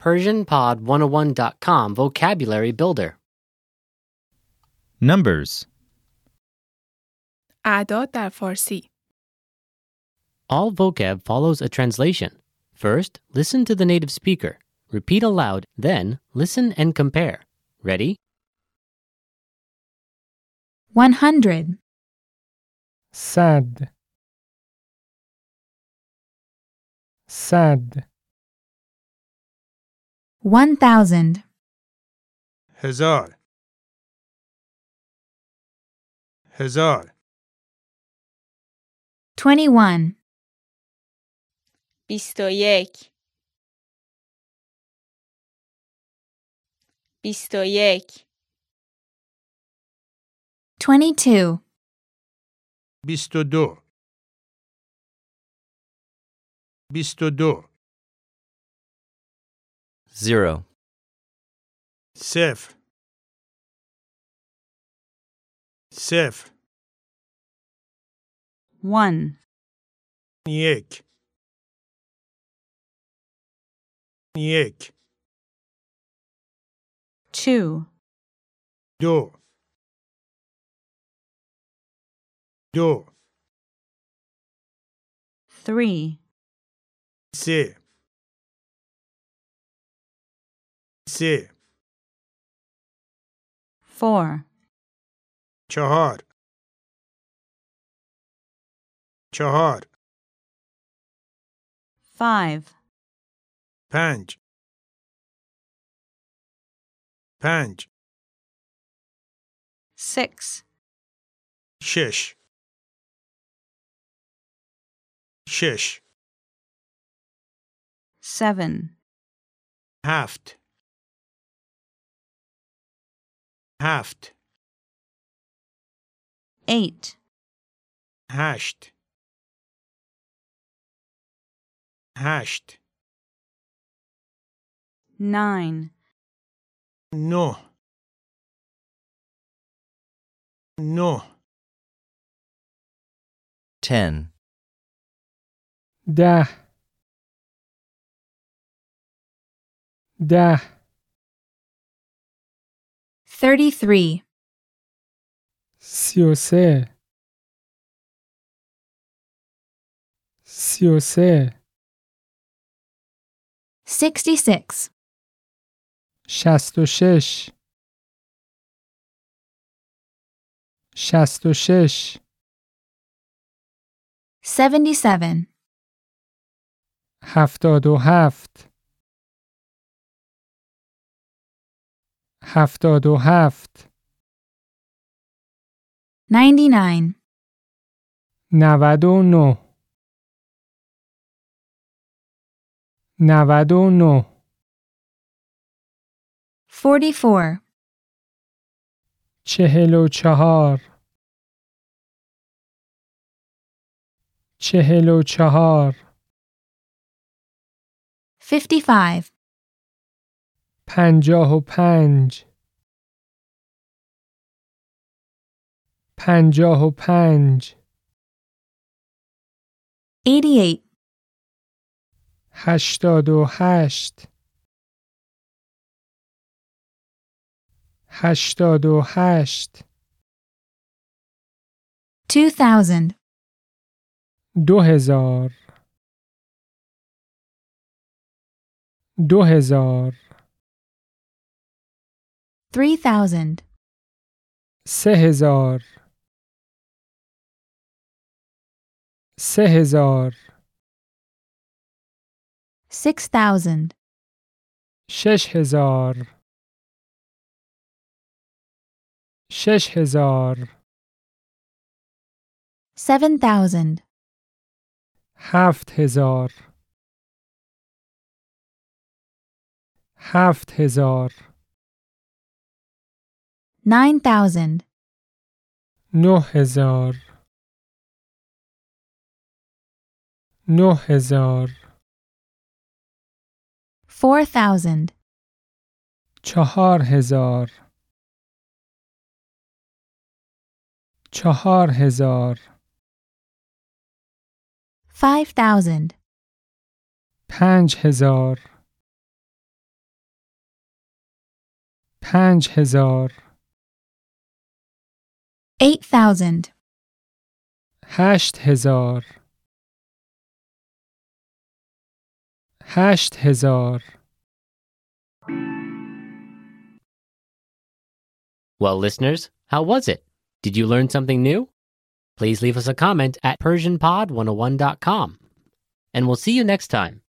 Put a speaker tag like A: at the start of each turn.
A: PersianPod101.com Vocabulary Builder.
B: Numbers.
C: اعداد در فارسی
A: All vocab follows a translation. First, listen to the native speaker. Repeat aloud, then, listen and compare. Ready?
D: 100.
E: صد صد
D: 1000.
F: هزار هزار
D: 21.
G: 21 21
D: 22.
F: بیست و دو بیست و دو
H: 0.
F: صفر صفر
G: 1
F: یک یک
G: 2
F: دو دو
G: 3
F: سه سه
G: 4
F: چهار چهار
G: 5
F: پنج پنج
G: 6
F: شش شش
G: 7
F: هفت هفت
G: 8
F: هشت هشت
G: 9
F: نه نه
H: 10.
E: ده ده
D: 33.
E: سی و سه سی و سه
D: 66.
E: شست و شش شست و شش
D: 77.
E: هفتاد و هفت هفتاد و هفت
D: 99.
E: نود و نو نود و نو
D: 44.
E: چهل و چهار چهل و چهار
D: 55.
E: پنجاه و پنج پنجاه و پنج
D: 88.
E: هشتاد و هشت هشتاد و هشت
D: 2000.
E: دو هزار دو هزار
D: 3000.
E: سه هزار سه هزار
D: 6000.
E: شش هزار شش هزار
D: 7000.
E: هفت هزار هفت هزار
D: 9000.
E: نه هزار نه هزار
D: 4000.
E: چهار هزار چهار هزار
D: 5000.
E: پنج هزار پنج هزار
D: eight thousand,
E: هشت هزار هشت هزار
A: Well, listeners, how was it? Did you learn something new? oh Please leave us a comment at PersianPod101.com. And we'll see you next time.